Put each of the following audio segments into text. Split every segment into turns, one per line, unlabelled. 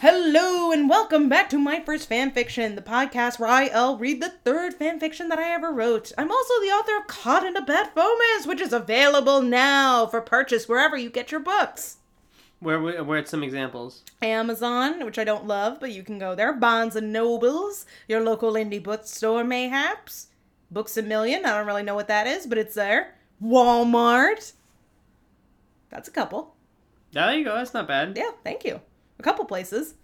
Hello and welcome back to my first fanfiction, the podcast where I'll read the third fanfiction that I ever wrote. I'm also the author of Caught in a Bad Fomus, which is available now for purchase wherever you get your books.
Where we- where it's some examples.
Amazon, which I don't love, but you can go there. Bonds and Nobles, your local indie bookstore, mayhaps. Books a Million, I don't really know what that is, but it's there. Walmart. That's a couple.
Yeah, there you go. That's not bad.
Yeah, thank you. A couple places.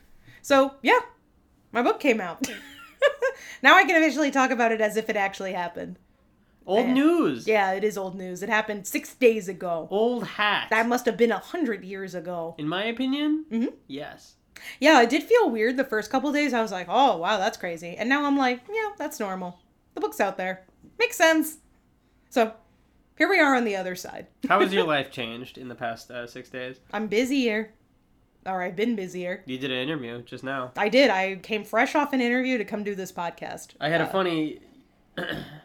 So, yeah, my book came out. now I can officially talk about it as if it actually happened.
Old
Yeah.
news.
Yeah, it is old news. It happened six days ago.
Old hat.
That must have been a hundred years ago.
In my opinion,
Mhm.
yes.
Yeah, it did feel weird the first couple days. I was like, oh, wow, that's crazy. And now I'm like, yeah, that's normal. The book's out there. Makes sense. So, here we are on the other side.
How has your life changed in the past uh, six days?
I'm busier. Or I've been busier.
You did an interview just now.
I did. I came fresh off an interview to come do this podcast.
I had
Uh,
a funny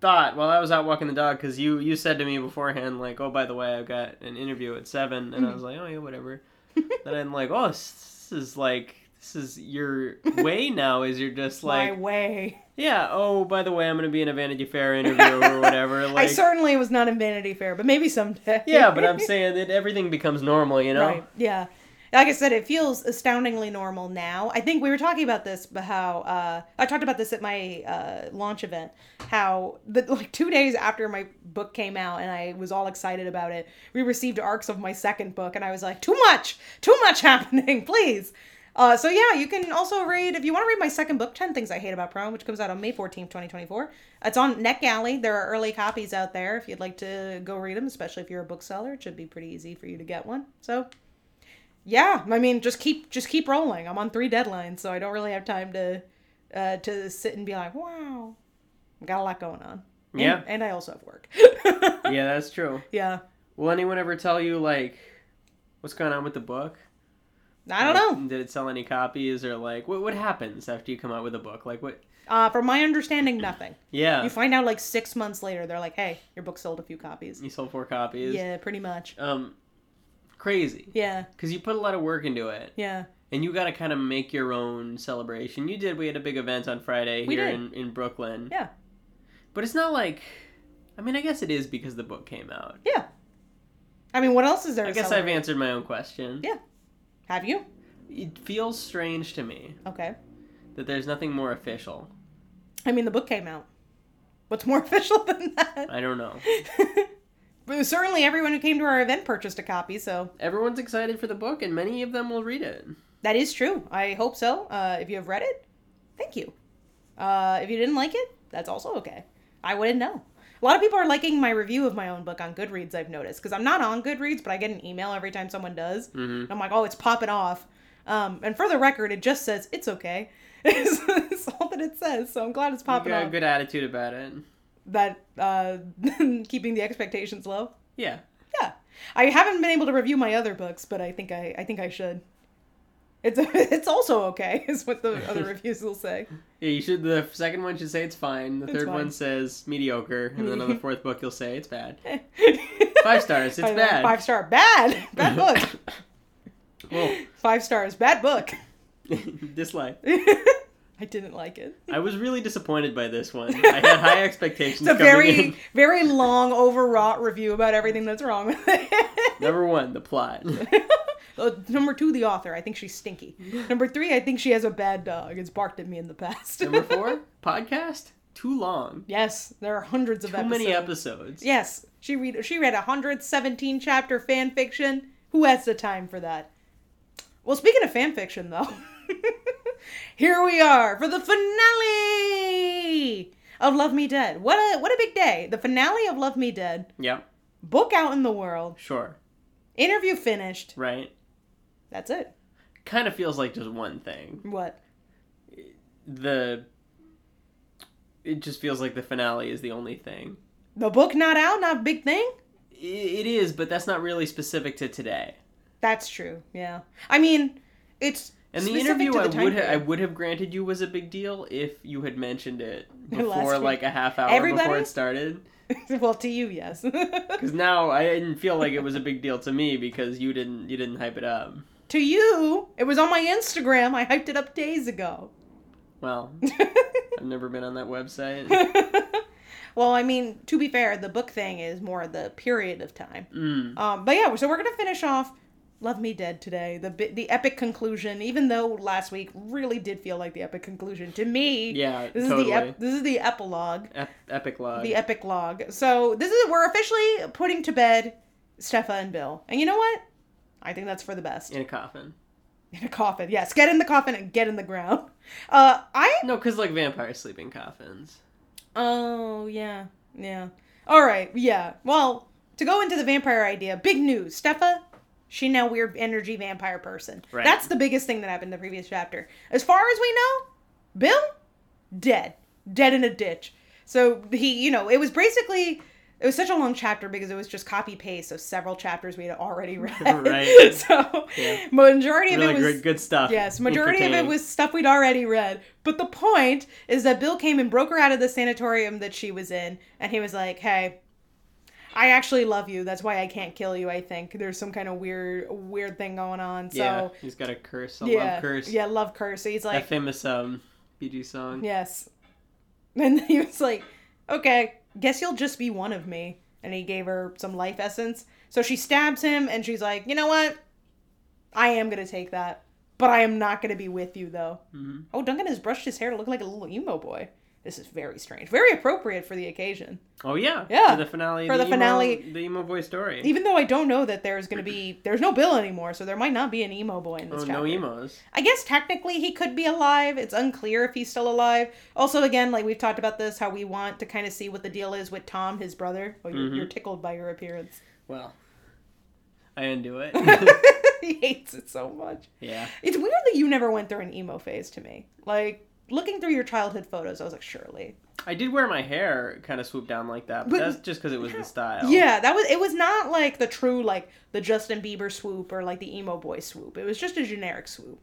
thought while I was out walking the dog because you you said to me beforehand like, oh by the way, I've got an interview at seven,
Mm-hmm.
and I was like, oh yeah, whatever. then I'm like, oh, this is like this is your way now. Is you're just
my
like,
way.
yeah, oh by the way, I'm gonna be in a Vanity Fair interview or whatever. Like,
I certainly was not in Vanity Fair, but maybe someday.
yeah, but I'm saying that everything becomes normal, you know.
right. Yeah, like I said, it feels astoundingly normal now. I think we were talking about this, but how uh, I talked about this at my uh, launch event. How the, like two days after my book came out, and I was all excited about it, we received arcs of my second book, and I was like, too much, too much happening, please. Uh, so yeah, you can also read if you want to read my second book, Ten Things I Hate About Prom, which comes out on May fourteenth, twenty twenty four. It's on NetGalley. There are early copies out there if you'd like to go read them, especially if you're a bookseller. It should be pretty easy for you to get one. So yeah, I mean, just keep just keep rolling. I'm on three deadlines, so I don't really have time to uh, to sit and be like, wow, I got a lot going on. And-
Yeah.
and I also have work.
Yeah, that's true.
yeah,
Will anyone ever tell you like what's going on with the book?
I don't know.
Like, Did it sell any copies or like what what happens after you come out with a book? Like what?
Uh, from my understanding, nothing.
Yeah,
You
you,
find out like six months later, they're like, hey, your book sold a few copies.
sold four copies.
Yeah, pretty much.
Um, crazy.
Yeah,
Because you put a lot of work into it,
yeah.
and you got to kind of make your own celebration. You did. We had a big event on Friday
We
here
did.
in in Brooklyn.
Yeah.
But it's not like, I mean, I guess it is because the book came out.
Yeah. I mean, what else is there?
I
to
guess I've
celebrate?
answered my own question.
Yeah. Have you?
It feels strange to me
Okay.
that there's nothing more official.
I mean, the book came out. What's more official than that?
I don't know.
But certainly, everyone who came to our event purchased a copy, so
Everyone's excited for the book, and many of them will read it.
that is true. I hope so. Uh, if you have read it, thank you. Uh, if you didn't like it, that's also okay. I wouldn't know. A lot of people are liking my review of my own book on Goodreads. I've noticed because I'm not on Goodreads, but I get an email every time someone does,
Mm-hmm.
And I'm like, oh, it's popping off. Um, and for the record, it just says it's okay. it's all that it says. So I'm glad it's
You
popping
got a
off.
good attitude about it.
That uh, keeping the expectations low.
Yeah.
Yeah, I haven't been able to review my other books, but I think I I think I should. It's it's also okay, is what the other reviews will say.
Yeah, you should. The second one should say it's fine. The
It's
third
fine.
one says mediocre, and then on the fourth book you'll say it's bad.
Five
Five stars. It's bad.
Five star bad bad book.
Whoa.
Five stars bad book.
Dislike.
I didn't like it.
I was really disappointed by this one. I had high expectations.
It's a
coming
very
in.
very long overwrought review about everything that's wrong with it.
Number one, the plot.
Uh, Number two, the author. I think she's stinky. Number three, I think she has a bad dog. It's barked at me in the past.
Number four, podcast too long.
yes, there are hundreds of
Too
episodes.
many episodes.
Yes, she read she read a 117 chapter fan fiction. Who has the time for that? Well, speaking of fan fiction though, here we are for the finale of Love Me Dead. What a what a big day. The finale of Love Me Dead.
Yep.
Book out in the world.
Sure.
Interview finished.
Right.
That's it.
Kind of feels like just one thing.
What?
the it just feels like the finale is the only thing
The book not out, not a big thing?
I- it is but that's not really specific to today
That's true. Yeah. I mean, it's
and the
specific
interview
to
I
the time
would ha- I
period.
would have granted you was a big deal if you had mentioned it
Last
before
week.
like a half hour before
Everybody?
it started
well, to you, yes.
because now I didn't feel like it was a big deal to me because you didn't you didn't hype it up
to you. It was on my Instagram. I hyped it up days ago.
Well, I've never been on that website.
well, I mean, to be fair, the book thing is more the period of time.
Mm.
Um, but yeah, so we're gonna finish off "Love Me Dead" today. The bi- the epic conclusion, even though last week really did feel like the epic conclusion to me.
Yeah,
this
totally.
is the ep- this is the epilogue,
Ep- epic log.
the epic log. So this is we're officially putting to bed Stefa and Bill, and you know what? I think that's for the best.
in a coffin.
In a coffin, yes. Get in the coffin and get in the ground. Uh, I
No, because like vampires sleep in coffins.
Oh, yeah. Yeah. All right. Yeah. Well, to go into the vampire idea, big news. Stefa, she now weird energy vampire person.
Right.
That's the biggest thing that happened in the previous chapter. As far as we know, Bill dead. Dead in a ditch. So he, you know, it was basically it was such a long chapter because it was just copy paste of several chapters we had already read.
Right.
so
Yeah.
majority of
Really
it was
good, good stuff.
Yes, majority of it
Entertaining.
was stuff we'd already read. But the point is that Bill came and broke her out of the sanatorium that she was in, and he was like, "Hey, I actually love you. That's why I can't kill you. I think there's some kind of weird, weird thing going on." So
yeah, he's got a curse, a
yeah,
love curse.
yeah, love curse. So he's
that
like,
famous um, BG song.
"Yes," and he was like, "Okay, guess you'll just be one of me." And he gave her some life essence. So she stabs him, and she's like, "You know what? I am gonna take that." But I am not going to be with you though.
hmm
Oh, Duncan has brushed his hair to look like a little emo boy. This is very strange. Very appropriate for the occasion.
Oh yeah,
Yeah,
For the finale,
for the
emo-
finale.
the emo boy story.
Even though I don't know that there's going to be there's no Bill anymore, so there might not be an emo boy in
oh
this
no
chapter.
emos.
I guess technically he could be alive. It's unclear if he's still alive. Also, again, like we've talked about this, how we want to kind of see what the deal is with Tom, his brother. Oh, you're,
Mhm.
you're tickled by your appearance.
Well, I undo it.
he hates it so much.
yeah,
It's weird that you never went through an emo phase to me. Like looking through your childhood photos, I was like, surely
I did wear my hair kind of swooped down like that,
But-
but, that's just because it was the style.
Yeah, that was it was not like the true like the Justin Bieber swoop or like the emo boy swoop. It was just a generic swoop.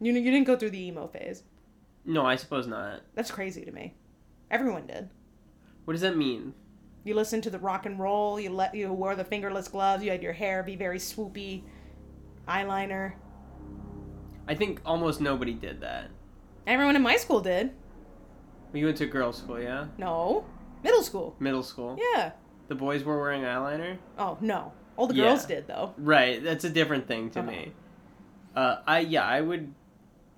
You kn- you didn't go through the emo phase.
No, I suppose not.
That's crazy to me. Everyone did.
What does that mean?
You listened to the rock and roll, you let you wore the fingerless gloves, you had your hair be very swoopy, eyeliner.
I think almost nobody did that.
Everyone in my school did.
You went to girls' school, yeah?
No. Middle school.
Middle school.
Yeah.
The boys were wearing eyeliner.
Oh, no. All the
Yeah.
girls did though.
Right, that's a different thing to
Uh-huh.
me. Uh, I yeah, I would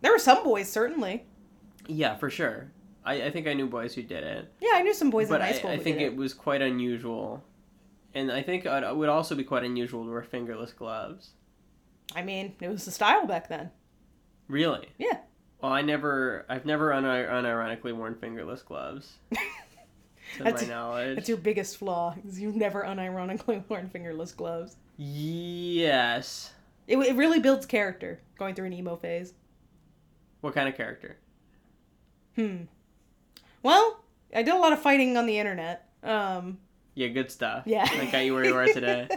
There were some boys certainly.
yeah for sure. I, I think I knew boys who did it,
Yeah, I knew some boys
but
in
I,
high school.
I
who
think
did
it. was quite unusual, and I think it would also be quite unusual to wear fingerless gloves.
I mean, it was the style back then.
Really?
Yeah.
Well, I never, I've never un- unironically worn fingerless gloves. to
That's-
my knowledge.
That's your biggest flaw. Is you've never unironically worn fingerless gloves.
Yes.
It, it really builds character going through an emo phase.
What kind of character?
Hmm. Well, I did a lot of fighting on the internet. Um,
Yeah, good stuff.
yeah.
Like got you where you are today.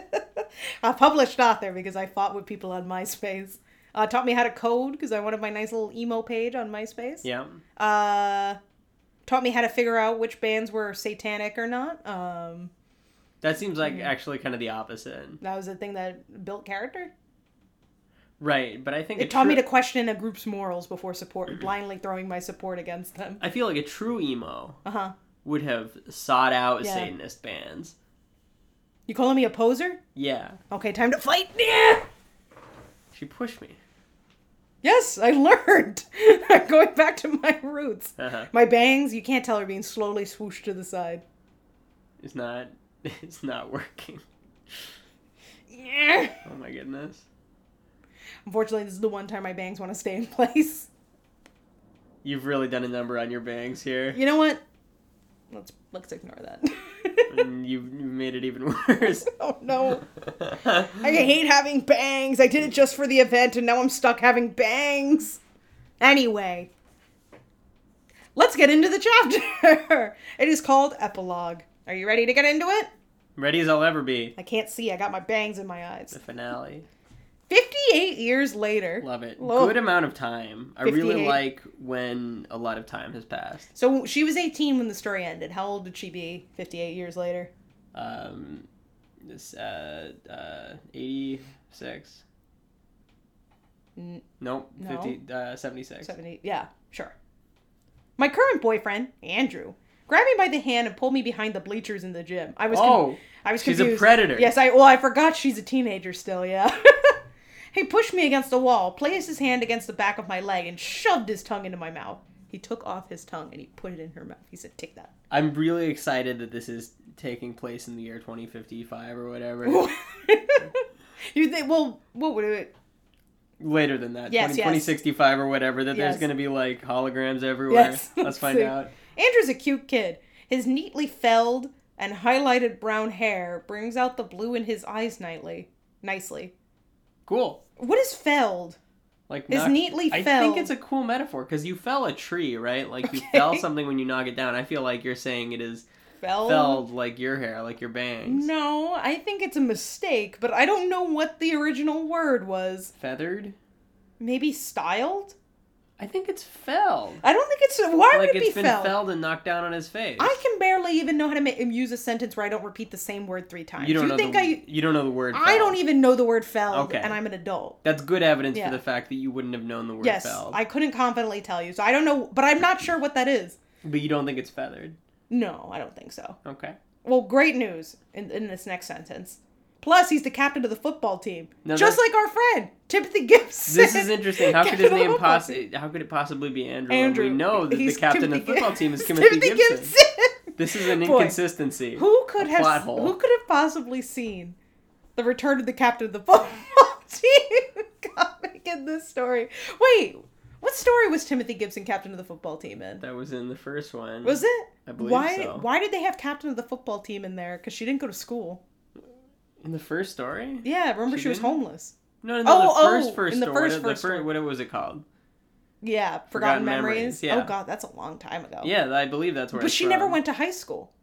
a published author because I fought with people on MySpace. Uh, taught me how to code because I wanted my nice little emo page on MySpace.
yeah.
Uh, taught me how to figure out which bands were satanic or not. Um,
That seems like actually kind of the opposite.
that was the thing that built character.
Right, but I think a
It taught me
true-
to question a group's morals before support blindly throwing my support against them.
I feel like a true emo
Uh huh.
would have sought out
Yeah.
Satanist bands.
You calling me a poser?
Yeah.
Okay, time to fight. Yeah.
She pushed me.
Yes, I learned. I'm going back to my roots.
Uh-huh.
My bangs, you can't tell, are being slowly swooshed to the side.
It's not it's not working.
Yeah.
Oh my goodness.
Unfortunately, this is the one time my bangs want to stay in place.
You've really done a number on your bangs here.
You know what? Let's let's ignore that.
And you've you've made it even worse.
oh no. I hate having bangs. I did it just for the event and now I'm stuck having bangs. Anyway, let's get into the chapter. it is called Epilogue. Are you ready to get into it?
Ready as I'll ever be.
I can't see. I got my bangs in my eyes.
The finale.
58 years later.
Love it.
Love-
Good amount of time. I really
58.
like when a lot of time has passed.
So she was 18 when the story ended. How old did she be 58 years later?
Um this uh uh 86.
N-
Nope.
No.
50, uh, 76.
70. Yeah, sure. My current boyfriend, Andrew, grabbed me by the hand and pulled me behind the bleachers in the gym. I was con-
Oh,
I was
she's
confused.
a predator.
Yes, I well, I forgot she's a teenager still, yeah. he pushed me against the wall, placed his hand against the back of my leg, and shoved his tongue into my mouth. He took off his tongue and he put it in her mouth. He said, Take that.
I'm really excited that this is taking place in the year 2055 or whatever.
you think well, what would it
Later than that,
Yes,
20,
yes.
2065 or whatever, that
Yes.
there's going to be like holograms everywhere.
Yes.
Let's find
See.
out.
Andrew's a cute kid. His neatly felled and highlighted brown hair brings out the blue in his eyes nightly nicely.
Cool.
What is felled?
Like
Is
knock-
neatly
I
felled.
think it's a cool metaphor because you fell a tree, right? Like you
Okay.
fell something when you knock it down. I feel like you're saying it is
felled.
felled like your hair, like your bangs.
No, I think it's a mistake, but I don't know what the original word was.
Feathered?
Maybe styled?
I think it's felled.
I don't think it's why
like
would it
it's
be
been
felled?
felled and knocked down on his face.
I can barely even know how to make, use a sentence where I don't repeat the same word three times.
you don't know
think
the,
I?
you don't know the word.
I don't e
felled.
even know the word felled,
Okay.
and I'm an adult.
That's good evidence
Yeah.
for the fact that you wouldn't have known the word
yes,
felled.
I couldn't confidently tell you, so I don't know, but I'm not sure what that is.
But you don't think it's feathered.
No, I don't think so.
Okay.
Well, great news in, in this next sentence. Plus, he's the captain of the football team,
Now
just
that-
like our friend Timothy Gibson.
This is interesting. How could his
Captain of the
name
football team.
possibly? How could it possibly be Andrew? when
Andrew.
We know that the
He's
captain of
Timothy
the football
Gib-
team is Timothy, Gibson.
Gibson.
This is an
Boy.
inconsistency.
who could have
plot hole.
who could have possibly seen the return of the captain of the football team comic in this story? Wait, what story was Timothy Gibson captain of the football team in?
That was in the first one.
Was it?
I believe
why
so.
why did they have captain of the football team in there? Because she didn't go to school.
in the first story?
Yeah, remember she,
She
was
didn't?
homeless.
No, no,
Oh,
no.
oh,
the first first
in the
story.
first
the
first
fir-
story.
What it was it called?
Yeah, forgotten,
Forgotten
memories.
Memories, yeah.
Oh god, that's a long time ago.
Yeah, I believe that's where.
Oh. But
it's
she never
from.
went to high school.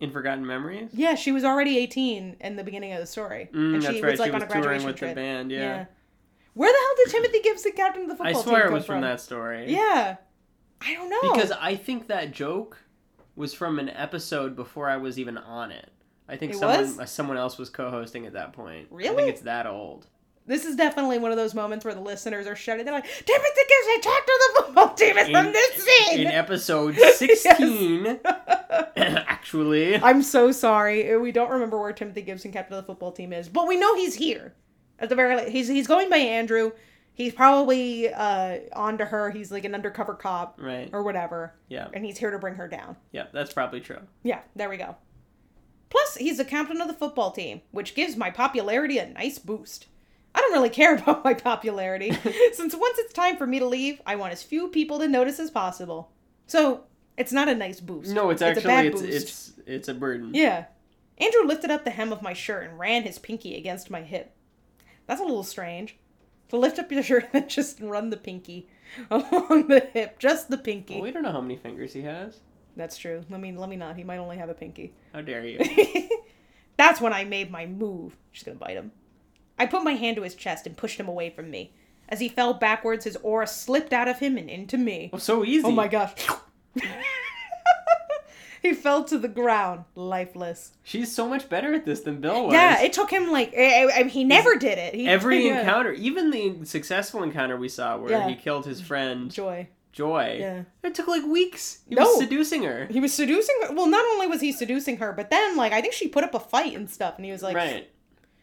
in Forgotten Memories.
Yeah, she was already 18 in the beginning of the story.
Mm,
and she
that's
was
right.
like
she
on
was
a graduation
touring with
trip.
the band. Yeah.
Where the hell did Timothy Gibson captain of the
I
football team
swear it
come
was from that story.
Yeah. I don't know.
Because I think that joke was from an episode before I was even on it. I think
It
someone
was?
uh, someone else was co-hosting at that point. I
Really?
think it's that old.
this is definitely one of those moments where the listeners are shouting. They're like, Timothy Gibson captain of the football team is from this scene.
in episode
Yes.
16 actually.
I'm so sorry. We don't remember where Timothy Gibson, captain of the football team, is, but we know he's here. At the very least, he's he's going by Andrew. He's probably uh onto her. He's like an undercover cop
right.
or whatever,
Yeah.
and he's here to bring her down.
Yeah, that's probably true.
Yeah, there we go. Plus, he's the captain of the football team, which gives my popularity a nice boost. I don't really care about my popularity, since once it's time for me to leave, I want as few people to notice as possible. So, it's not a nice boost.
No, it's
a bad
actually it's
boost.
it's it's a burden.
Yeah. Andrew lifted up the hem of my shirt and ran his pinky against my hip. That's a little strange. To lift up your shirt and just run the pinky along the hip, just the pinky.
Well, we don't know how many fingers he has.
That's true. Let me let me not. He might only have a pinky.
How dare you?
That's when I made my move. She's gonna bite him. I put my hand to his chest and pushed him away from me. As he fell backwards, his aura slipped out of him and into me.
Well, so easy.
Oh my gosh. he fell to the ground, lifeless.
She's so much better at this than Bill was.
Yeah, it took him like I, I- I- he never did it. He,
Every
yeah.
encounter, even the successful encounter we saw where
Yeah.
he killed his friend
joy.
Joy,
Yeah.
it took like weeks. He
No.
was seducing her.
He was seducing her. Well, not only was he seducing her, but then like I think she put up a fight and stuff, and he was like,
right.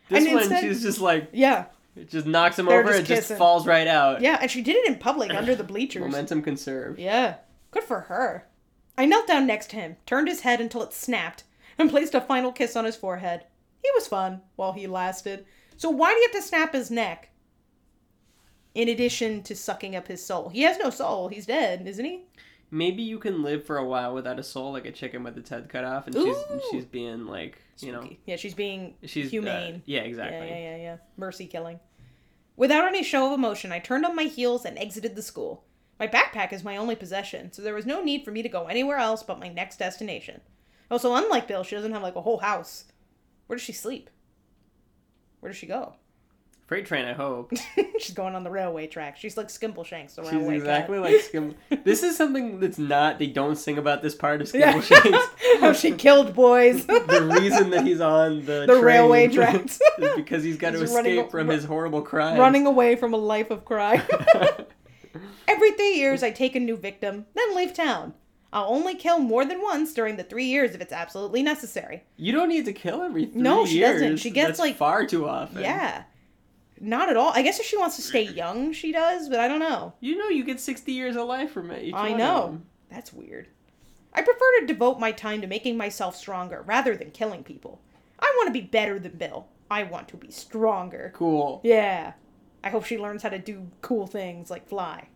This
And
one,
instead-
she's just like,
yeah,
it just knocks him
They're
over
just
and just
kissing.
falls right out.
yeah, and she did it in public under the bleachers.
Momentum conserved.
Yeah, good for her. I knelt down next to him, turned his head until it snapped, and placed a final kiss on his forehead. He was fun while he lasted. So why do you have to snap his neck? In addition to sucking up his soul, he has no soul. He's dead, isn't he?
Maybe you can live for a while without a soul, like a chicken with its head cut off, and she's and
Ooh.
she's being like, you know,
Yeah, she's being
she's uh,
humane.
yeah, exactly.
Yeah, yeah, yeah, yeah. Mercy killing. Without any show of emotion, I turned on my heels and exited the school. My backpack is my only possession, so there was no need for me to go anywhere else but my next destination. Also, unlike Bill, she doesn't have like a whole house. Where does she sleep? Where does she go?
Freight train, I hope.
She's going on the railway track. She's like Skimbleshanks. The
She's
railway
exactly
cat.
like Skimble. This is something that's not. They don't sing about this part of
Yeah.
Skimbleshanks.
How she killed boys.
the reason that he's on the
The
train
railway tracks.
is because he's got to
He's
escape
running a-
from his horrible crimes.
Running away from a life of crime. Every three years, I take a new victim, then leave town. I'll only kill more than once during the three years if it's absolutely necessary.
you don't need to kill every three
No, she
years.
doesn't. She gets,
That's
like-
far too often.
Yeah. Not at all. I guess if she wants to stay young, she does, but I don't know.
You know, you get sixty years of life from it. each
I
one of
know.
them.
That's weird. I prefer to devote my time to making myself stronger rather than killing people. I want to be better than Bill. I want to be stronger.
Cool.
Yeah. I hope she learns how to do cool things like fly.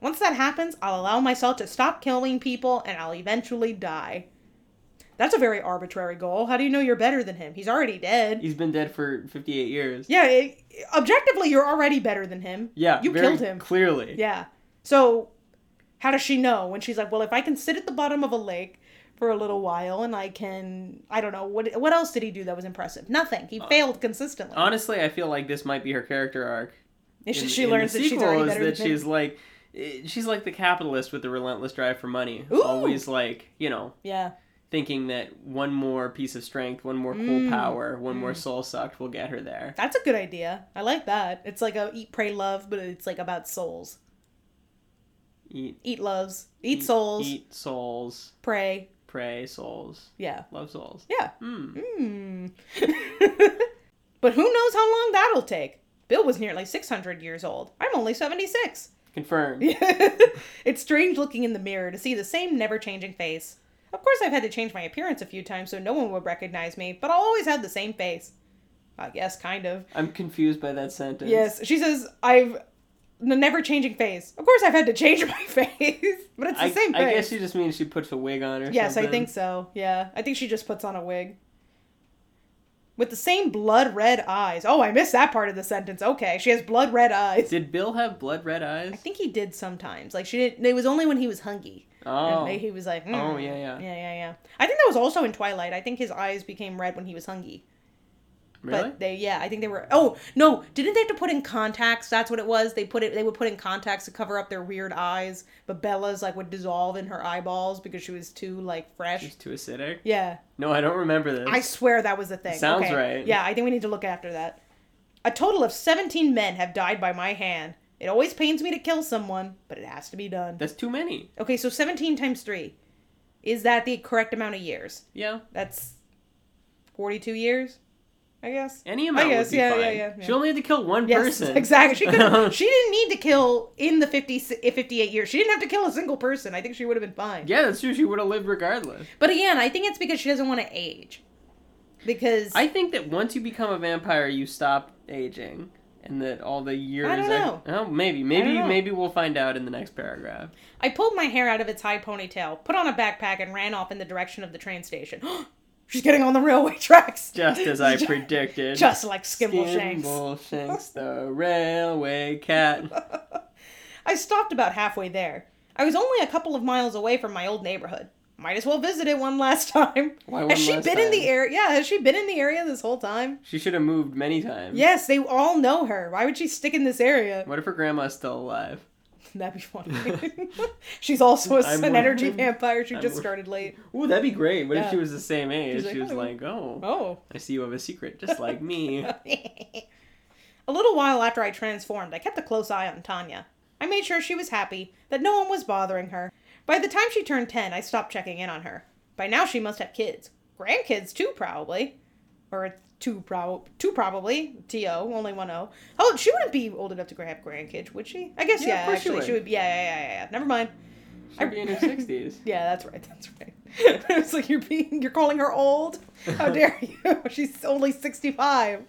Once that happens, I'll allow myself to stop killing people and I'll eventually die. That's a very arbitrary goal. How do you know you're better than him? He's already dead.
He's been dead for fifty-eight years.
Yeah, it, objectively, you're already better than him.
Yeah,
You
very
killed him.
Clearly.
Yeah. So, how does she know when she's like, well, if I can sit at the bottom of a lake for a little while and I can, I don't know, what what else did he do that was impressive? Nothing. He
Uh,
failed consistently.
Honestly, I feel like this might be her character arc.
It's
uh, in-
just she
in the
learns that she's
sequel
already
is
better
that
than him.
she's like eh, she's like the capitalist with the relentless drive for money
Ooh.
always like you know
Yeah.
thinking that one more piece of strength one more cool
Mm.
power one more soul sucked will get her there
That's a good idea. I like that. It's like a eat, pray, love, but it's like about souls.
eat
Eat loves, eat, souls,
eat souls
pray.
pray souls
Yeah.
love souls
Yeah.
mm.
Hmm. but who knows how long that'll take? Bill was nearly 600 years old. I'm only 76.
confirmed
it's strange looking in the mirror to see the same never changing face. Of course, I've had to change my appearance a few times so no one would recognize me, but I'll always have the same face. I guess, kind of.
i'm confused by that sentence
Yes, she says, I've the never changing face. Of course, I've had to change my face, but it's the
I,
same face.
I guess she just means she puts a wig on or
yes, I
something.
think so. Yeah, I think she just puts on a wig. With the same blood red eyes. Oh, I missed that part of the sentence. Okay, she has blood red eyes.
did bill have blood red eyes
I think he did sometimes. Like she didn't. It was only when he was hungry.
oh
And he was like, mm.
Oh, yeah, yeah.
yeah, yeah, yeah. I think that was also in Twilight. I think his eyes became red when he was hungry.
really
But they, yeah, I think they were. Oh no, didn't they have to put in contacts? That's what it was. They put it. They would put in contacts to cover up their weird eyes. But Bella's like would dissolve in her eyeballs because she was too like fresh.
she's too acidic
Yeah,
no i don't remember this
I swear that was a thing.
Sounds
Okay.
right.
Yeah, I think we need to look after that. A total of seventeen men have died by my hand. It always pains me to kill someone, but it has to be done.
that's too many
Okay, so seventeen times three, is that the correct amount of years?
yeah
That's forty-two years, I guess.
Any amount
I guess,
would be
yeah,
fine.
yeah, yeah, yeah.
She only had to kill one
Yes,
person.
exactly. She could. she didn't need to kill in the 50, 58 years. She didn't have to kill a single person. I think she would have been fine.
yeah, that's true. She would have lived regardless.
But again, I think it's because she doesn't want to age. Because
I think that once you become a vampire, you stop aging, and that all the years.
don't know.
Oh, maybe, maybe,
know.
maybe we'll find out in the next paragraph.
I pulled my hair out of its high ponytail, put on a backpack, and ran off in the direction of the train station. She's getting on the railway tracks.
Just as I
Ju-
predicted.
Just like Skimbleshanks.
Skimbleshanks, the railway cat.
I stopped about halfway there. I was only a couple of miles away from my old neighborhood. Might as well visit it one last time.
Why one
has she
last
been in the
time?
area? Yeah, has she been in the area this whole time?
She should have moved many times.
Yes, they all know her. Why would she stick in this area?
What if her grandma's still alive?
That'd be funny. She's also a,
I'm
an energy
worried.
vampire. She
I'm
just
worried.
started late.
Ooh, that'd be great. What
Yeah.
if she was the same age?
like,
she was
"Oh,
like, oh,
Oh.
I see you have a secret, just like me.
a little while after I transformed, I kept a close eye on Tanya. I made sure she was happy, that no one was bothering her. By the time she turned 10, I stopped checking in on her. By now, she must have kids. Grandkids, too, probably. Or two, prob- two probably. T.O., only one O. Oh, she wouldn't be old enough to have grandkids, would she? I guess,
Yeah, of
yeah,
course she
actually. She
would.
would. yeah, yeah, yeah, yeah, yeah. Never mind.
She'd be in her 60s.
Yeah, that's right. That's right. I was like, you're being, you're calling her old. How dare you? She's only sixty-five.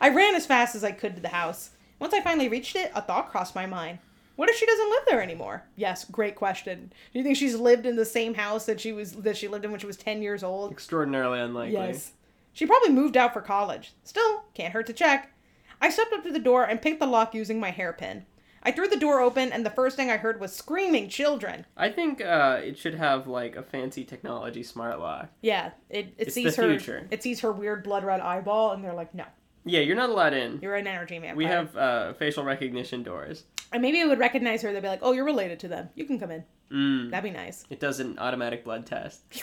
I ran as fast as I could to the house. Once I finally reached it, a thought crossed my mind. What if she doesn't live there anymore? Yes, great question. Do you think she's lived in the same house that she was that she lived in when she was ten years old?
Extraordinarily unlikely.
Yes. She probably moved out for college. Still, can't hurt to check. I stepped up to the door and picked the lock using my hairpin. I threw the door open and the first thing I heard was screaming children.
I think uh, it should have like a fancy technology smart lock.
Yeah, it, it
It's
sees
the
her.
future.
It sees her weird blood red eyeball, and they're like, "No,
Yeah, you're not allowed in.
You're an energy vampire.
We have uh, facial recognition doors.
And maybe I would recognize her. They'd be like, "Oh, you're related to them. You can come in.
Mm.
That'd be nice."
It does an automatic blood test.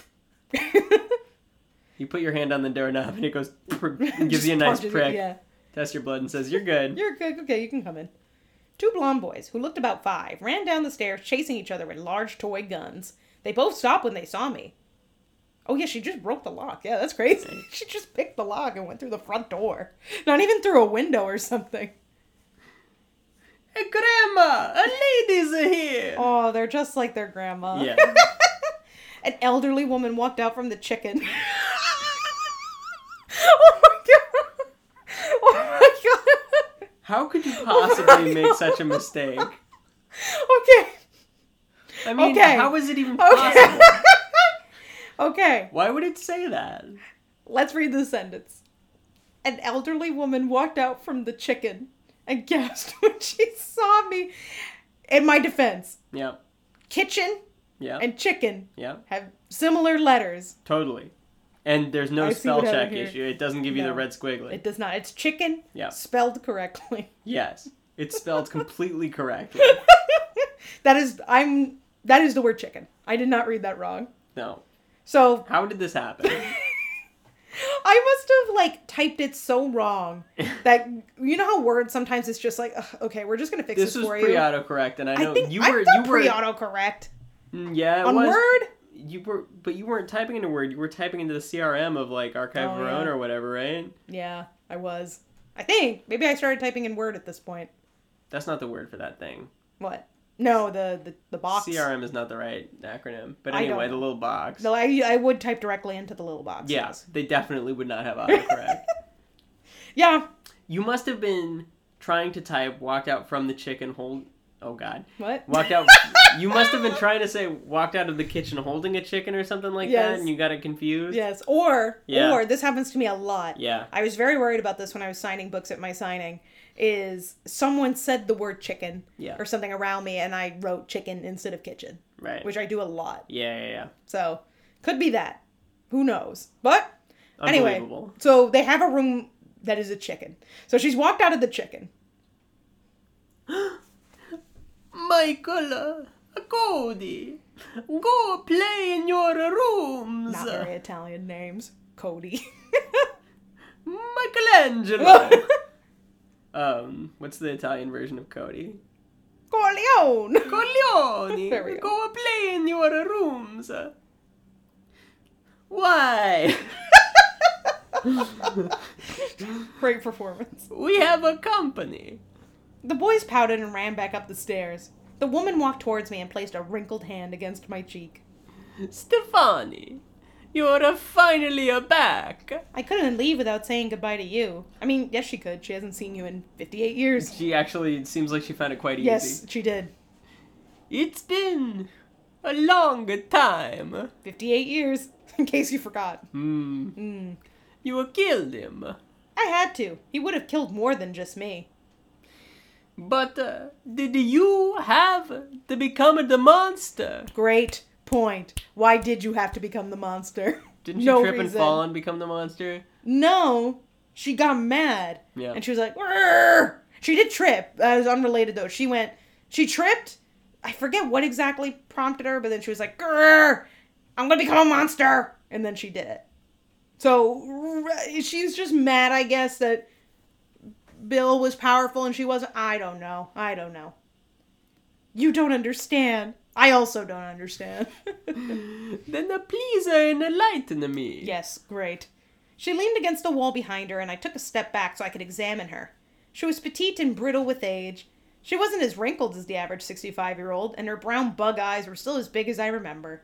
You put your hand on the doorknob and it goes and gives
Just
you a nice
punches it,
prick.
Yeah,
Tests your blood and says you're good.
you're good. Okay, you can come in. Two blonde boys who looked about five ran down the stairs, chasing each other with large toy guns. They both stopped when they saw me. Oh yeah, she just broke the lock. Yeah, that's crazy. she just picked the lock and went through the front door, not even through a window or something.
Hey, grandma, a lady's here.
Oh, they're just like their grandma.
Yeah.
An elderly woman walked out from the chicken. oh my god! Oh my god!
How could you
my
possibly make
God.
such a mistake?
Okay.
I mean,
Okay.
how is it even
Okay.
possible?
okay.
Why would it say that?
Let's read the sentence. An elderly woman walked out from the chicken and gasped when she saw me. In my defense,
Yep.
kitchen
Yep.
and chicken
yep.
have similar letters.
Totally. And there's no
I see
spell
what happened
check
here.
issue. It doesn't give you the
No.
red squiggly.
It does not. It's chicken
Yeah.
spelled correctly.
Yes. It's spelled completely correctly.
that is I'm that is the word chicken. I did not read that wrong.
No.
So
How did this happen?
I must have like typed it so wrong that you know how words sometimes it's just like "Ugh, okay, we're just gonna fix this,
This was
for
pre
you.
autocorrect, and I know
I think
you
I
were
thought
you were
pre-autocorrect
Mm, yeah it
on
was
Word.
you were but you weren't typing into Word. You were typing into the CRM of like Archive
Oh,
Verone
yeah.
or whatever, right?
Yeah, I was. I think maybe I started typing in Word at this point.
That's not the word for that thing.
What? No, the the, the box.
CRM is not the right acronym. But
I don't
anyway, the
know.
little box.
No, I I would type directly into the little box.
yeah,
yes.
they definitely would not have autocorrect.
Yeah.
you must have been trying to type walked out from the chicken hold oh god.
What?
Walked out you must have been trying to say walked out of the kitchen holding a chicken or something like that
Yes.
and you got it confused.
Yes. Or
Yeah.
or this happens to me a lot.
Yeah.
I was very worried about this when I was signing books at my signing. Is someone said the word chicken
Yeah.
or something around me, and I wrote chicken instead of kitchen,
Right.
which I do a lot.
yeah, yeah, yeah.
So could be that. Who knows? But anyway,
Unbelievable.
so they have a room that is a chicken. So she's walked out of the chicken.
Michael, uh, Cody, go play in your rooms.
Not very Italian names. Cody. Oh.
Michelangelo. um, what's the Italian version of Cody?
Corleone.
Corleone,
There we go.
go play in your rooms. Why?
Great performance.
we have a company.
The boys pouted and ran back up the stairs. The woman walked towards me and placed a wrinkled hand against my cheek.
Stefani, you're finally back.
I couldn't leave without saying goodbye to you. I mean, yes, she could. She hasn't seen you in 58 years.
She actually it seems like she found it quite easy.
Yes, she did.
It's been a long time.
58 years, in case you forgot.
Hmm.
Mm.
You killed him.
I had to. He would have killed more than just me.
But uh, did you have to become the monster?
Great point. Why did you have to become the monster?
Didn't
No
you trip and
reason.
fall and become the monster?
No, she got mad.
Yeah.
And she was like, "Rrrr." she did trip. Uh, it was unrelated though. She went, she tripped. I forget what exactly prompted her, but then she was like, "Grrr, I'm going to become a monster. And then she did it. So r- she's just mad, I guess, that Bill was powerful and she wasn't. I don't know. I don't know. You don't understand. I also don't understand.
Then uh, please uh, enlighten me.
Yes, great. She leaned against the wall behind her, and I took a step back so I could examine her. She was petite and brittle with age. She wasn't as wrinkled as the average 65 year old, and her brown bug eyes were still as big as I remember.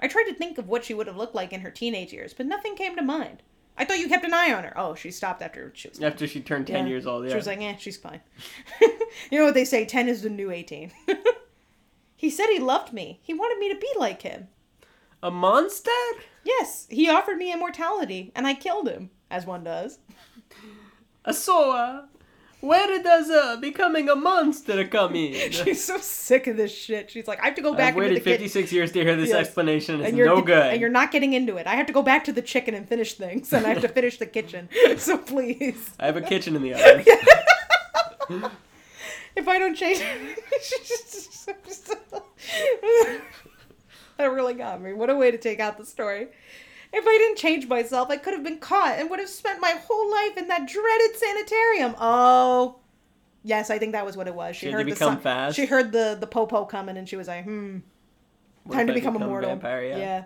I tried to think of what she would have looked like in her teenage years, but nothing came to mind. I thought you kept an eye on her. Oh, she stopped after she was
After she turned 10
Yeah.
years old, yeah.
she was like, eh, she's fine. you know what they say 10 is the new 18. he said he loved me. He wanted me to be like him.
a monster?
Yes, he offered me immortality, and I killed him, as one does.
Uh, so, uh, Where does uh, becoming a monster come in?
She's so sick of this shit. She's like, I have to go back
I've
into the
waited
kitchen.
56 years to hear this
Yes.
explanation. It's
and you're
no good.
and you're not getting into it. I have to go back to the chicken and finish things, and I have to finish the kitchen. So please,
I have a kitchen in the oven.
if I don't change, that really got me. What a way to take out the story. If I didn't change myself, I could have been caught and would have spent my whole life in that dreaded sanitarium. Oh, yes, I think that was what it was. She
Did they
heard the
become
son-
fast?
She heard the the popo coming, and she was like, hmm.
What
Time
if
to
I
become,
a
immortal.
Vampire, yeah.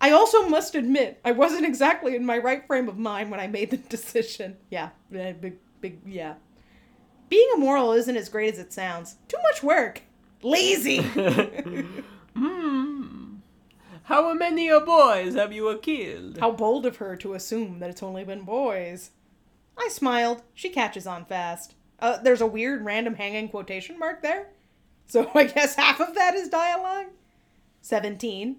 I also must admit, I wasn't exactly in my right frame of mind when I made the decision. Yeah. Yeah, Big, big, yeah. Being immoral isn't as great as it sounds. Too much work. Lazy.
Hmm. How many boys have you killed?
How bold of her to assume that it's only been boys. I smiled. She catches on fast. Uh, there's a weird random hanging quotation mark there. So I guess half of that is dialogue. 17.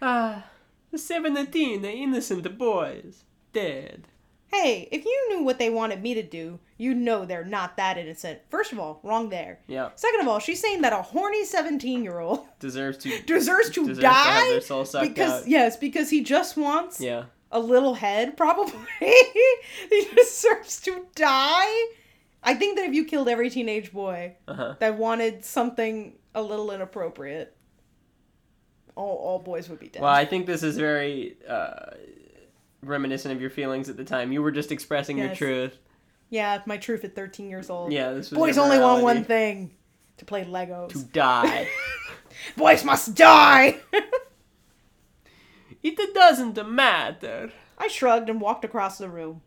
Ah, 17 innocent boys dead.
Hey, if you knew what they wanted me to do, you'd know they're not that innocent. First of all, wrong there.
Yeah,
Second of all, she's saying that a horny 17 year old
deserves to
deserves to
deserves to
die
have their soul sucked
because,
out.
yes, because he just wants
Yeah,
a little head, probably. he deserves to die. I think that if you killed every teenage boy
uh huh.
that wanted something a little inappropriate, all, all boys would be dead.
Well, I think this is very uh, reminiscent of your feelings at the time. You were just expressing your
Yes.
truth.
Yeah, my truth at 13 years old.
Yeah, this was
Boys
your
only want
morality.
one thing to play Legos.
to die.
Boys must die!
it doesn't matter.
I shrugged and walked across the room.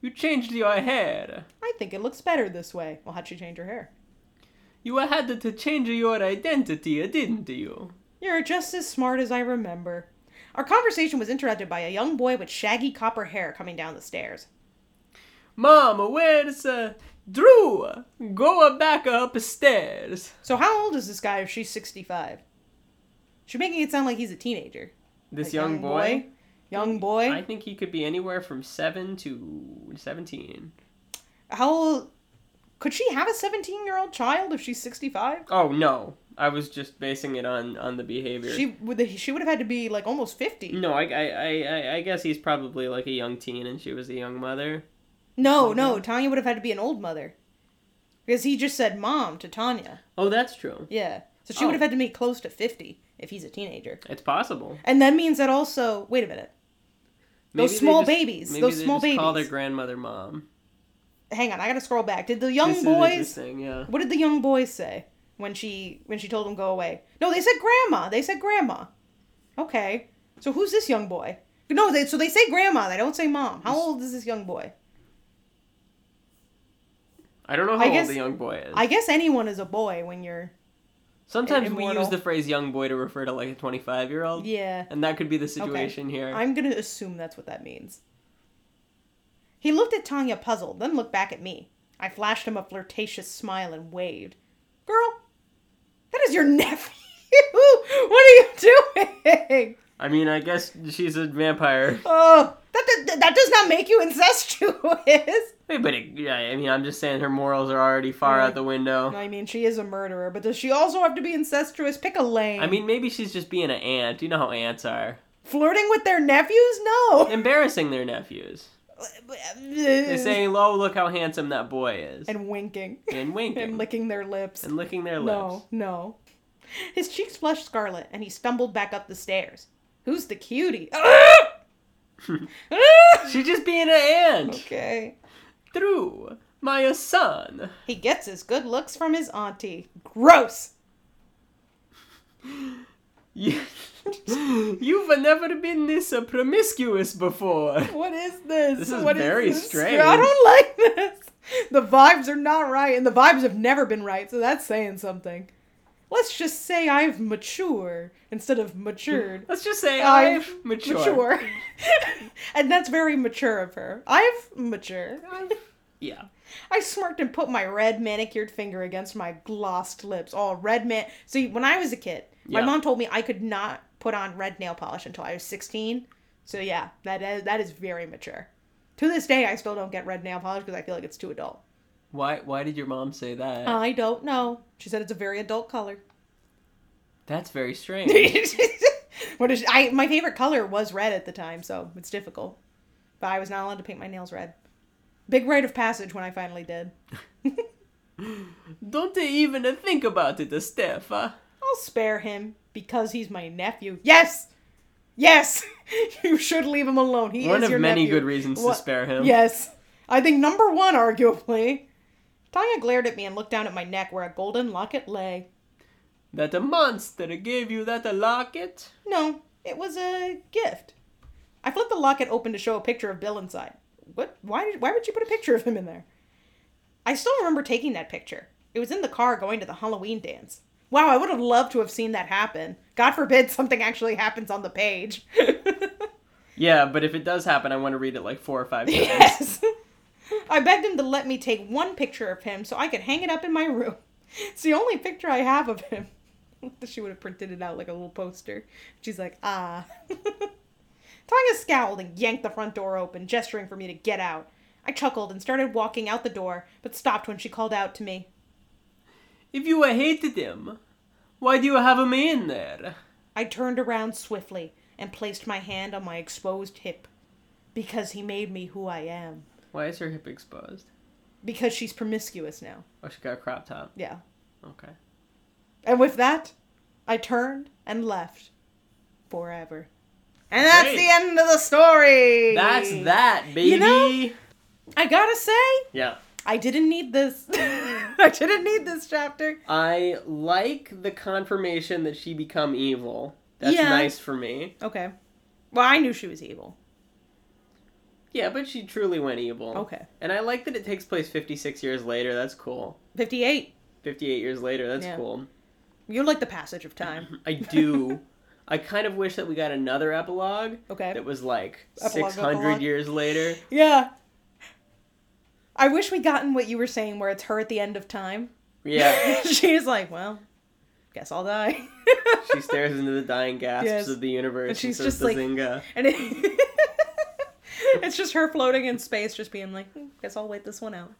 You changed your hair.
I think it looks better this way. Well, how'd she change her hair?
You had to change your identity, didn't you?
You're just as smart as I remember. Our conversation was interrupted by a young boy with shaggy copper hair coming down the stairs.
Mom, where's uh, Drew? Go back upstairs.
So, how old is this guy if she's 65? She's making it sound like he's a teenager.
This
Like,
young, boy,
Young boy?
I think he could be anywhere from seven to seventeen.
How old. Could she have a 17 year old child if she's 65?
Oh no, I was just basing it on on the behavior.
She would she would have had to be like almost 50.
No, I, I, I- I, I guess he's probably like a young teen, and she was a young mother.
No, no, Tanya would have had to be an old mother. Because he just said mom to Tanya.
Oh, that's true.
Yeah. So she
Oh.
would have had to be close to 50 if he's a teenager.
It's possible.
And that means that also, wait a minute. Those
they
small
just-
babies,
Maybe
those
they
small
just Call their
babies.
grandmother mom.
Hang on, I got to scroll back. Did the young
This is
boys
interesting, yeah.
What did the young boys say when she when she told them go away? No, they said grandma. They said grandma. Okay. So who's this young boy? No, they so they say grandma. They don't say mom. How old is this young boy?
I don't know
I
how
guess-
old the young boy is.
I guess anyone is a boy when you're
Sometimes we
immortal.
use the phrase "young boy" to refer to like a twenty-five-year-old.
yeah.
And that could be the situation here.
I'm going to assume that's what that means. He looked at Tanya puzzled, then looked back at me. I flashed him a flirtatious smile and waved. Girl, that is your nephew. what are you doing?
I mean, I guess she's a vampire.
Oh, that, that, that does not make you incestuous.
Wait, but it, yeah, I mean, I'm just saying her morals are already far out the window.
I mean, she is a murderer, but does she also have to be incestuous? Pick a lane.
I mean, maybe she's just being an aunt. You know how aunts are.
flirting with their nephews? No.
Embarrassing their nephews. They say, "Oh, look how handsome that boy is," and,
and winking
winking
and
and,
licking their lips.
licking their lips.
No, no. His cheeks flushed scarlet, and he stumbled back up the stairs. Who's the cutie? Ah! Ah!
She's just being an aunt.
okay.
Through my son.
He gets his good looks from his auntie. Gross.
You- You've never been this uh, promiscuous before.
What is this?
This is
What
very strange.
I don't like this. The vibes are not right, and the vibes have never been right, so that's saying something. Let's just say I've mature instead of matured.
Let's just say
I've
I've, matured.
Mature. and that's very mature of her. I've mature.
Yeah.
I smirked and put my red manicured finger against my glossed lips. All red man. See, when I was a kid, my
Yeah.
mom told me I could not put on red nail polish until I was 16. So yeah, that is, that is very mature. To this day, I still don't get red nail polish because I feel like it's too adult.
Why why did your mom say that?
I don't know. She said it's a very adult color.
That's very strange.
what is I? My favorite color was red at the time, so it's difficult. But I was not allowed to paint my nails red. Big rite of passage when I finally did.
Don't they even uh, think about it, uh? Estefa?
I'll spare him because he's my nephew. Yes, yes, you should leave him alone. He
One
is
of
your
many
nephew.
good reasons
Wha-
to spare him.
Yes. I think number one, arguably. Tanya glared at me and looked down at my neck where a golden locket lay.
That a monster gave you that a locket?
No, it was a gift. I flipped the locket open to show a picture of Bill inside. What? Why, did, why would you put a picture of him in there? I still remember taking that picture. It was in the car going to the Halloween dance. Wow, I would have loved to have seen that happen. God forbid something actually happens on the page.
Yeah, but if it does happen, I want to read it like four or five times.
Yes. I begged him to let me take one picture of him so I could hang it up in my room. It's the only picture I have of him. she would have printed it out like a little poster. She's like, ah. Tanya scowled and yanked the front door open, gesturing for me to get out. I chuckled and started walking out the door, but stopped when she called out to me.
If you hated him, why do you have him in there?
I turned around swiftly and placed my hand on my exposed hip. Because he made me who I am.
Why is her hip exposed?
Because she's promiscuous now.
Oh, she got a crop top.
Yeah.
Okay.
And with that, I turned and left forever. And that's
Great.
the end of the story.
That's that, baby.
You know- I gotta say,
yeah.
I didn't need this. I didn't need this chapter.
I like the confirmation that she become evil. That's
Yeah.
nice for me.
Okay. Well, I knew she was evil.
Yeah, but she truly went evil.
Okay.
And I like that it takes place 56 years later. That's cool.
58.
58 years later. That's
Yeah.
cool.
You like the passage of time.
I do. I kind of wish that we got another epilogue
Okay.
that was like
Epilogue,
600
epilogue.
years later.
Yeah. I wish we'd gotten what you were saying where it's her at the end of time.
Yeah.
She's like, well, guess I'll die.
she stares into the dying gasps
Yes.
of the universe
And
and
she's
she's
just
says
like-
"Bazinga."
And it, it's just her floating in space, just being like, "Hmm, guess I'll wait this one out.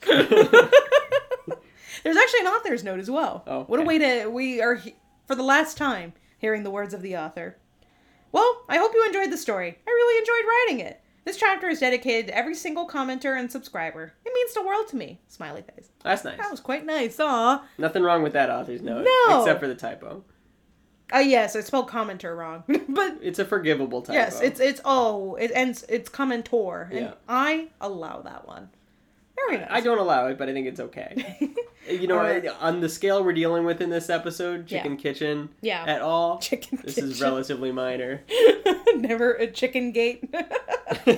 There's actually an author's note as well.
Oh,
What a
okay.
way to, we are, he- for the last time, hearing the words of the author. Well, I hope you enjoyed the story. I really enjoyed writing it. This chapter is dedicated to every single commenter and subscriber. It means the world to me. Smiley face.
That's nice.
That was quite nice. Aw.
Nothing wrong with that author's note.
No.
Except for the typo.
Oh, yes, I spelled commenter wrong. but
It's a forgivable typo.
Yes, it's it's oh, it ends it's commentor, and
Yeah.
I allow that one. Very nice.
I don't allow it, but I think it's okay. You know,
Alright.
I- on the scale we're dealing with in this episode,
Yeah.
chicken kitchen
Yeah.
at all,
chicken.
this
kitchen.
is relatively minor. Hmm.
Never a chicken gate.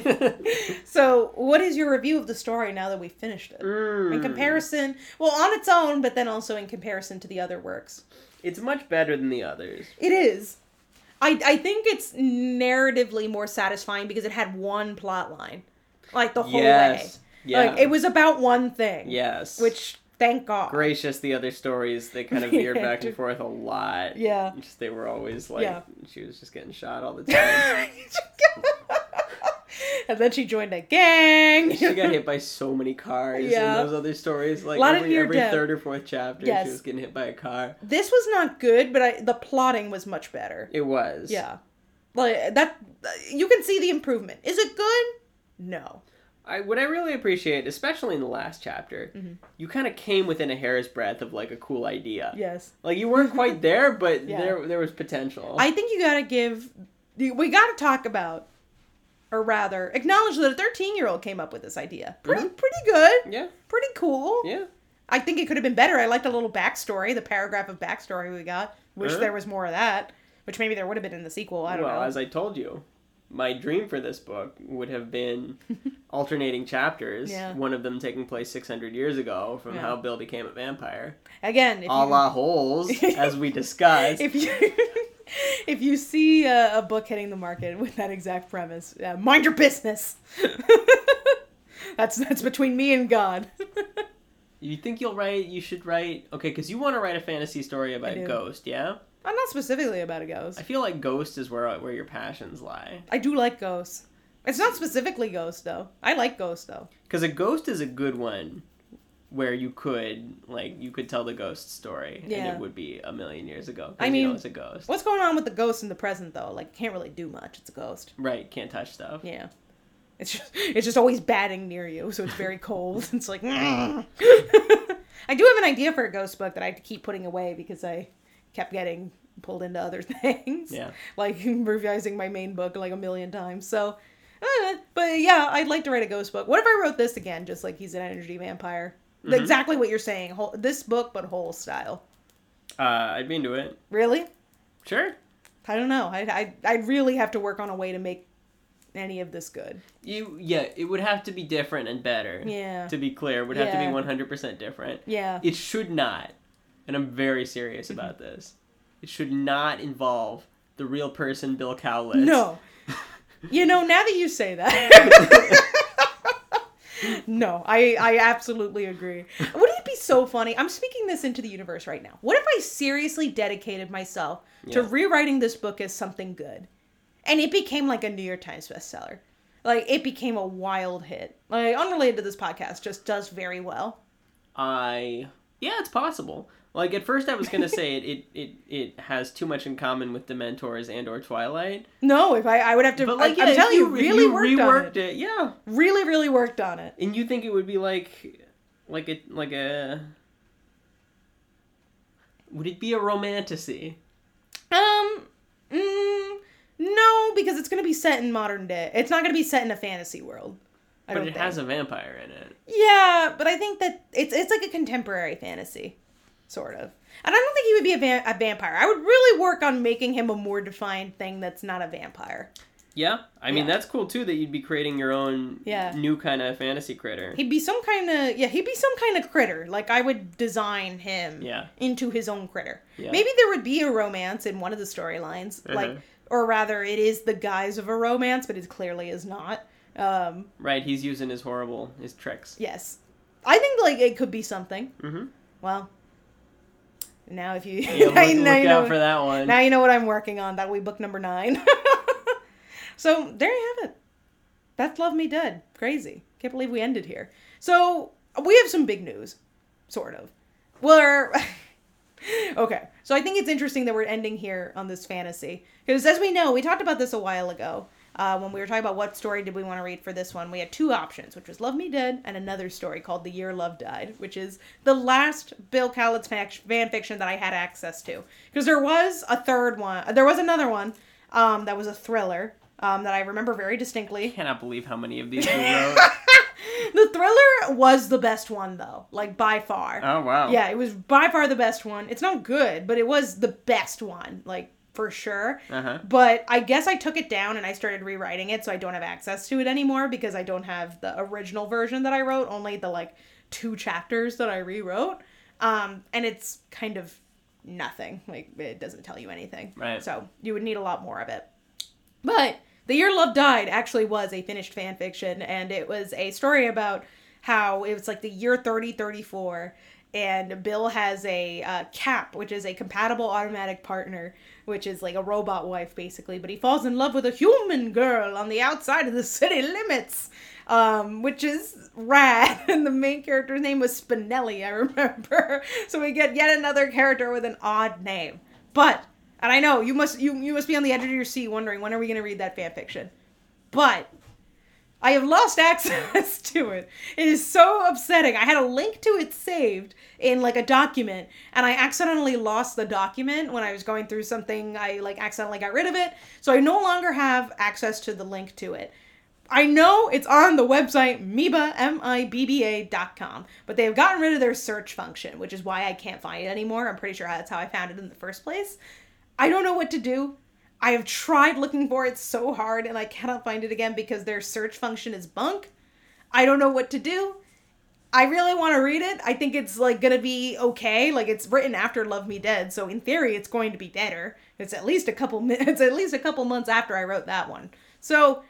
so, what is your review of the story now that we finished it? In
Mm.
comparison, well, on its own, but then also in comparison to the other works,
It's much better than the others.
it is. I I think it's narratively more satisfying because it had one plot line, like the whole
yes.
way.
Yeah.
Like it was about one thing.
yes.
Which thank God.
gracious the other stories they kind of veered
Yeah,
back
dude.
and forth a lot.
Yeah.
Just they were always like
Yeah.
she was just getting shot all the time.
and then she joined a gang.
she got hit by so many cars
Yeah.
in those other stories. Like
Lot of
every,
near
every
death.
third or fourth chapter
Yes.
she was getting hit by a car.
This was not good, but I, the plotting was much better.
It was.
Yeah, like that. You can see the improvement. Is it good? No.
I what I really appreciate, especially in the last chapter,
Mm-hmm.
you kind of came within a hair's breadth of like a cool idea.
Yes.
Like you weren't quite there, but
Yeah.
there there was potential.
I think you gotta give. We gotta talk about, or rather, acknowledge that a thirteen-year-old came up with this idea. Pretty, pretty good.
yeah.
Pretty cool.
Yeah.
I think it could have been better. I liked a little backstory, the paragraph of backstory we got. Wish
Huh?
there was more of that. Which maybe there would have been in the sequel. I don't
Uh-huh. well,
know.
as I told you, my dream for this book would have been alternating chapters,
Yeah.
one of them taking place 600 years ago from
Yeah.
how Bill became a vampire.
Again, if
A
you,
la Holes, as we discussed.
if you if you see a, a book hitting the market with that exact premise, uh, mind your business. that's that's between me and God.
You think you'll write, you should write, okay, because you want to write a fantasy story about
do.
Ghost, yeah?
I'm not specifically about a ghost.
I feel like Ghost is where where your passions lie.
I do like ghosts. It's not specifically Ghost though. I like Ghost though.
Because a ghost is a good one, where you could like you could tell the ghost story, and
Yeah.
it would be a million years ago. 'cause
I
you
mean-
know it's a ghost,
What's going on with the ghost in the present though? Like can't really do much. It's a ghost.
right? Can't touch stuff.
Yeah. It's just, it's just always batting near you, so it's very cold. It's like "Mm." I do have an idea for a ghost book that I had to keep putting away because I kept getting pulled into other things.
Yeah.
Like revising my main book like a million times. So eh, but yeah, I'd like to write a ghost book. What if I wrote this again, just like he's an energy vampire? Exactly what you're saying. Whole, this book, but whole style.
Uh, I'd be into it.
Really?
Sure.
I don't know. I I I really have to work on a way to make any of this good.
You yeah, it would have to be different and better.
Yeah.
To be clear, it would have to
Yeah.
be one hundred percent different.
Yeah.
It should not, and I'm very serious about
Mm-hmm.
this. It should not involve the real person, Bill Cowlitz.
No. you know, now that you say that. no, I, I absolutely agree. Wouldn't it be so funny? I'm speaking this into the universe right now. What if I seriously dedicated myself to
Yeah.
rewriting this book as something good? And it became like a New York Times bestseller. Like it became a wild hit. Like unrelated to this podcast, just does very well.
I yeah, it's possible. Like at first, I was gonna say it it it, it has too much in common with Dementors and or Twilight,
No, if I, I would have to
but like
I,
yeah,
am
if
telling you,
you, if
really
you
worked on
reworked
it.
it, yeah,
Really, really worked on it.
and you think it would be like like a like a would it be a romanticy?
Um, mm, no, because it's gonna be set in modern day. It's not gonna be set in a fantasy world. I
But
don't
it
think.
has a vampire in it.
Yeah, but I think that it's it's like a contemporary fantasy, sort of. And I don't think he would be a, va- a vampire. I would really work on making him a more defined thing that's not a vampire.
Yeah, I mean
Yeah.
that's cool too that you'd be creating your own
Yeah.
new kind of fantasy critter.
He'd be some kind of yeah. He'd be some kind of critter. Like I would design him
Yeah.
into his own critter.
Yeah.
Maybe there would be a romance in one of the storylines, like
Mhm.
or rather, it is the guise of a romance, but it clearly is not. Um,
Right, he's using his horrible his tricks.
Yes. I think like it could be something.
Mm-hmm.
Well, now if you
Yeah,
now, you-
look,
now you
look
know
out for that one.
now you know what I'm working on. That will be book number nine. so there you have it. That's Love Me Dead. Crazy. Can't believe we ended here. So we have some big news, sort of. We're okay. So I think it's interesting that we're ending here on this fantasy because, as we know, we talked about this a while ago. Uh, when we were talking about what story did we want to read for this one, we had two options, which was Love Me Dead and another story called The Year Love Died, which is the last Bill Cowlitz fan, fan fiction that I had access to. Because there was a third one, there was another one um, that was a thriller um, that I remember very distinctly.
cannot believe how many of these you wrote.
The thriller was the best one, though, like by far.
Oh wow.
Yeah, it was by far the best one. It's not good, but it was the best one, like for sure.
Uh-huh.
But I guess I took it down and I started rewriting it, so I don't have access to it anymore because I don't have the original version that I wrote, only the like two chapters that I rewrote. Um, and it's kind of nothing. Like it doesn't tell you anything.
Right.
So you would need a lot more of it. But The Year Love Died actually was a finished fan fiction, and it was a story about how it was like the year 3034, and Bill has a uh, cap, which is a compatible automatic partner, which is like a robot wife basically, but he falls in love with a human girl on the outside of the city limits. Um, which is rad, and the main character's name was Spinelli, I remember. So we get yet another character with an odd name. But and I know you must you you must be on the edge of your seat wondering when are we going to read that fan fiction. But I have lost access to it. It is so upsetting. I had a link to it saved in like a document and I accidentally lost the document when I was going through something. I like accidentally got rid of it. So I no longer have access to the link to it. I know it's on the website E Miba, M-I-B-B-A dot com, but they've gotten rid of their search function, which is why I can't find it anymore. I'm pretty sure that's how I found it in the first place. I don't know what to do. I have tried looking for it so hard and I cannot find it again because their search function is bunk. I don't know what to do. I really want to read it. I think it's like going to be okay. Like it's written after Love Me Dead, so in theory it's going to be better. It's at least a couple mi- it's at least a couple months after I wrote that one. So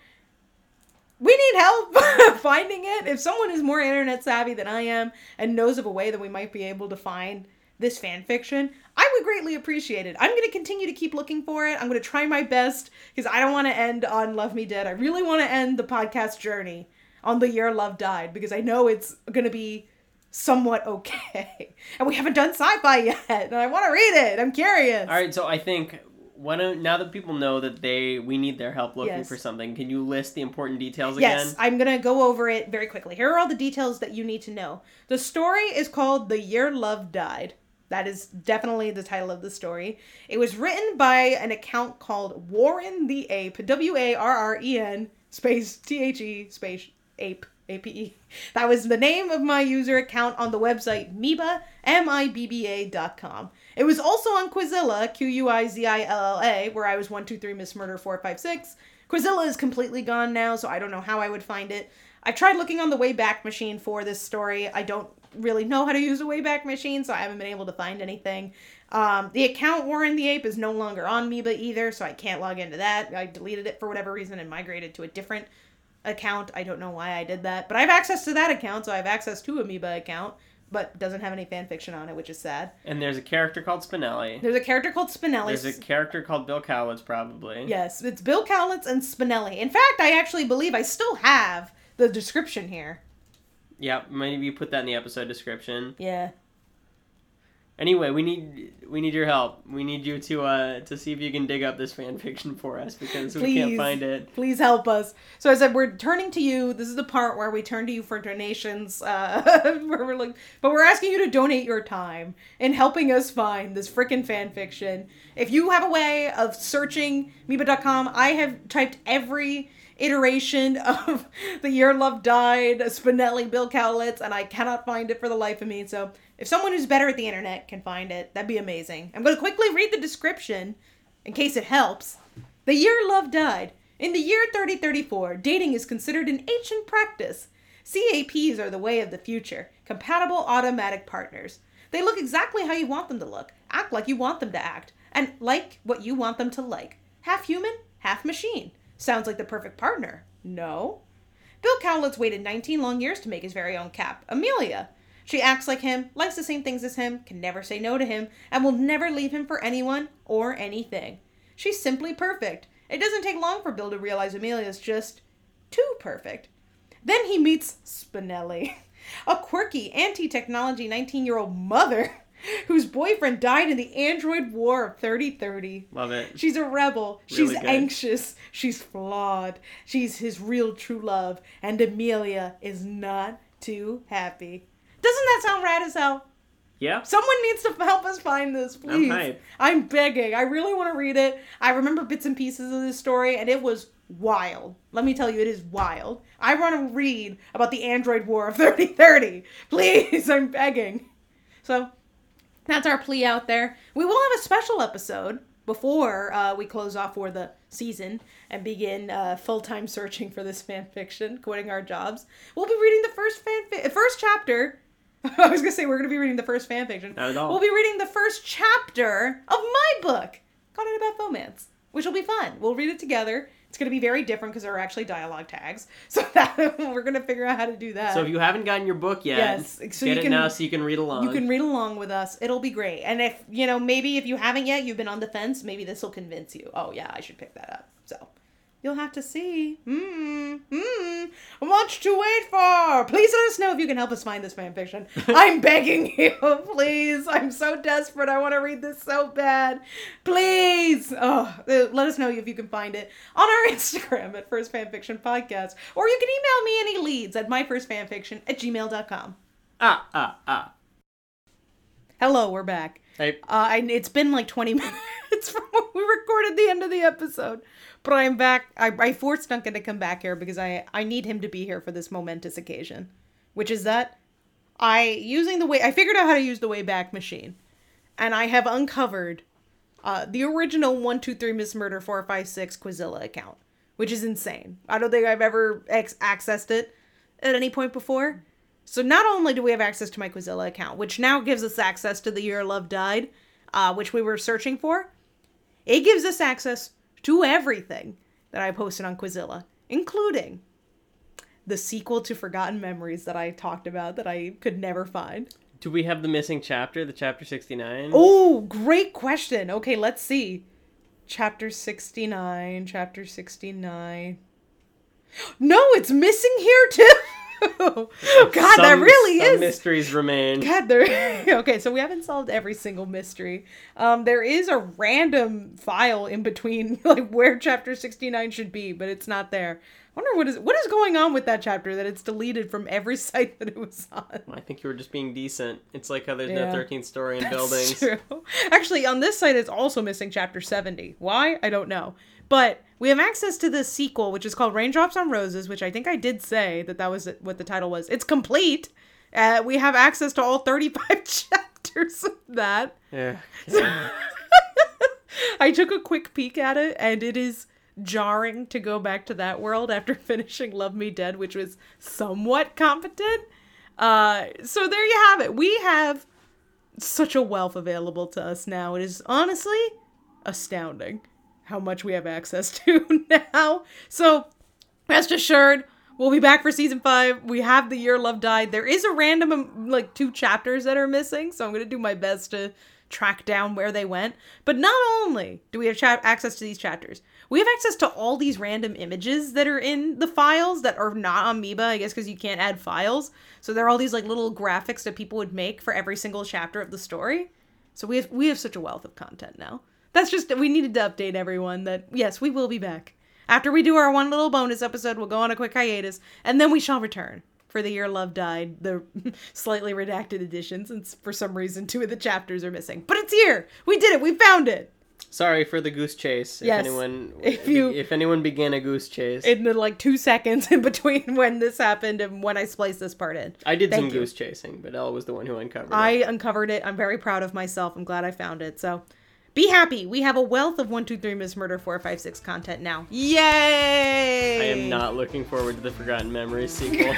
we need help finding it. If someone is more internet savvy than I am and knows of a way that we might be able to find this fan fiction, I would greatly appreciate it. I'm going to continue to keep looking for it. I'm going to try my best because I don't want to end on Love Me Dead. I really want to end the podcast journey on the year Love Died because I know it's going to be somewhat okay. And we haven't done sci fi yet, and I want to read it. I'm curious.
All right, so I think why don't now that people know that they we need their help looking
Yes.
for something, can you list the important details
Yes,
again?
I'm going to go over it very quickly. Here are all the details that you need to know. The story is called The Year Love Died. That is definitely the title of the story. It was written by an account called Warren the Ape, W A R R E N space T H E space ape, A P E. That was the name of my user account on the website Miba, M I B B A dot com. It was also on Quizilla, Q U I Z I L L A, where I was 123 Miss Murder 456. Quizilla is completely gone now, so I don't know how I would find it. I tried looking on the Wayback Machine for this story. I don't really know how to use a Wayback Machine, so I haven't been able to find anything. Um, the account Warren the Ape is no longer on Miba either, so I can't log into that. I deleted it for whatever reason and migrated to a different account. I don't know why I did that, but I have access to that account, so I have access to Amoeba account, but doesn't have any fanfiction on it, which is sad.
And there's a character called Spinelli.
There's a character called Spinelli.
There's a character called Bill Cowlitz probably.
Yes, it's Bill Cowlitz and Spinelli. In fact, I actually believe I still have the description here.
Yeah, maybe you put that in the episode description.
Yeah.
Anyway, we need we need your help. We need you to uh to see if you can dig up this fan fiction for us because we can't
Please.
find it.
Please help us. So I said we're turning to you. This is the part where we turn to you for donations. Uh, where we're like, but we're asking you to donate your time in helping us find this frickin' fan fiction. If you have a way of searching Miba.com, I have typed every iteration of the year love died spinelli bill cowlitz and i cannot find it for the life of me so if someone who's better at the internet can find it that'd be amazing i'm going to quickly read the description in case it helps the year love died. In the year 3034, dating is considered an ancient practice. CAPs are the way of the future, compatible automatic partners. They look exactly how you want them to look, act like you want them to act, and like what you want them to like. Half human, half machine. Sounds like the perfect partner. No? Bill Cowlitz waited 19 long years to make his very own cap, Amelia. She acts like him, likes the same things as him, can never say no to him, and will never leave him for anyone or anything. She's simply perfect. It doesn't take long for Bill to realize Amelia's just too perfect. Then he meets Spinelli, a quirky, anti technology 19 year old mother whose boyfriend died in the android war of 3030.
Love it.
She's a rebel. She's
Really good.
anxious. She's flawed. She's his real true love. And Amelia is not too happy. Doesn't that sound rad as hell?
Yeah.
Someone needs to help us find this, please. I'm,
hype.
begging. I really want to read it. I remember bits and pieces of this story, and it was wild. Let me tell you, it is wild. I want to read about the Android War of 3030. Please, I'm begging. So that's our plea out there. We will have a special episode before uh, we close off for the season and begin uh, full time searching for this fan fiction, quitting our jobs. We'll be reading the first fan fi- first chapter. I was gonna say we're gonna be reading the first fan fiction.
Not at all.
We'll be reading the first chapter of my book called It About Fomance, which will be fun. We'll read it together. It's gonna be very different because there are actually dialogue tags, so that we're gonna figure out how to do that.
So if you haven't gotten your book yet,
Yes, so you
get it
can-
now so you can read along.
You can read along with us. It'll be great. And if, you know, maybe if you haven't yet, you've been on the fence, maybe this will convince you. Oh, yeah, I should pick that up. So you'll have to see. Mm, mm. Much to wait for. Please let us know if you can help us find this fanfiction. I'm begging you, please. I'm so desperate. I want to read this so bad. Please. Oh, uh, let us know if you can find it on our Instagram at First Fanfiction Podcast. Or you can email me any leads at myfirstfanfiction at gmail.com.
ah ah ah.
Hello, we're back.
Hey,
Uh, I, it's been like 20 minutes from when we recorded the end of the episode, but I'm back. I, I forced Duncan to come back here because I, I need him to be here for this momentous occasion, which is that I using the way I figured out how to use the Wayback Machine, and I have uncovered uh, the original one two three Miss Murder four five six Quizilla account, which is insane. I don't think I've ever ex- accessed it at any point before. So not only do we have access to my Quizilla account, which now gives us access to the year love died, uh, which we were searching for, it gives us access to everything that I posted on Quizilla, including the sequel to Forgotten Memories that I talked about that I could never find.
Do we have the missing chapter, the chapter 69?
Oh, great question. Okay, let's see. Chapter 69, chapter 69. No, it's missing here too. God, that
Some-
really
some
is.
mysteries remain.
God, there. okay, so we haven't solved every single mystery. Um, there is a random file in between, like where chapter sixty nine should be, but it's not there. I wonder what is what is going on with that chapter that it's deleted from every site that it was on.
I think you were just being decent. It's like how there's
Yeah.
no 13th story in
That's
buildings.
true. Actually, on this site, it's also missing chapter 70. Why? I don't know. But we have access to this sequel, which is called Raindrops on Roses, which I think I did say that that was what the title was. It's complete. Uh, we have access to all 35 chapters of that.
Yeah.
I took a quick peek at it, and it is jarring to go back to that world after finishing Love Me Dead, which was somewhat competent. Uh, so there you have it. We have such a wealth available to us now. It is honestly astounding how much we have access to now. So rest assured we'll be back for season five we have the year love died there is a random um, like two chapters that are missing so i'm gonna do my best to track down where they went but not only do we have cha- access to these chapters we have access to all these random images that are in the files that are not amoeba i guess because you can't add files so there are all these like little graphics that people would make for every single chapter of the story so we have we have such a wealth of content now. That's just we needed to update everyone that yes, we will be back. After we do our one little bonus episode, we'll go on a quick hiatus, and then we shall return for the year love died, the slightly redacted edition, since for some reason two of the chapters are missing. But it's here. We did it. We found it.
Sorry for the goose chase. If
Yes.
anyone
If
if,
you-
anyone began a goose chase.
In the like two seconds in between when this happened and when I spliced this part in.
I did some
Thank you.
goose chasing, but Elle was the one who uncovered
I
it.
uncovered it. I'm very proud of myself. I'm glad I found it. So be happy. We have a wealth of 123 Miss Murder 456 content now. Yay!
I am not looking forward to the Forgotten Memories sequel.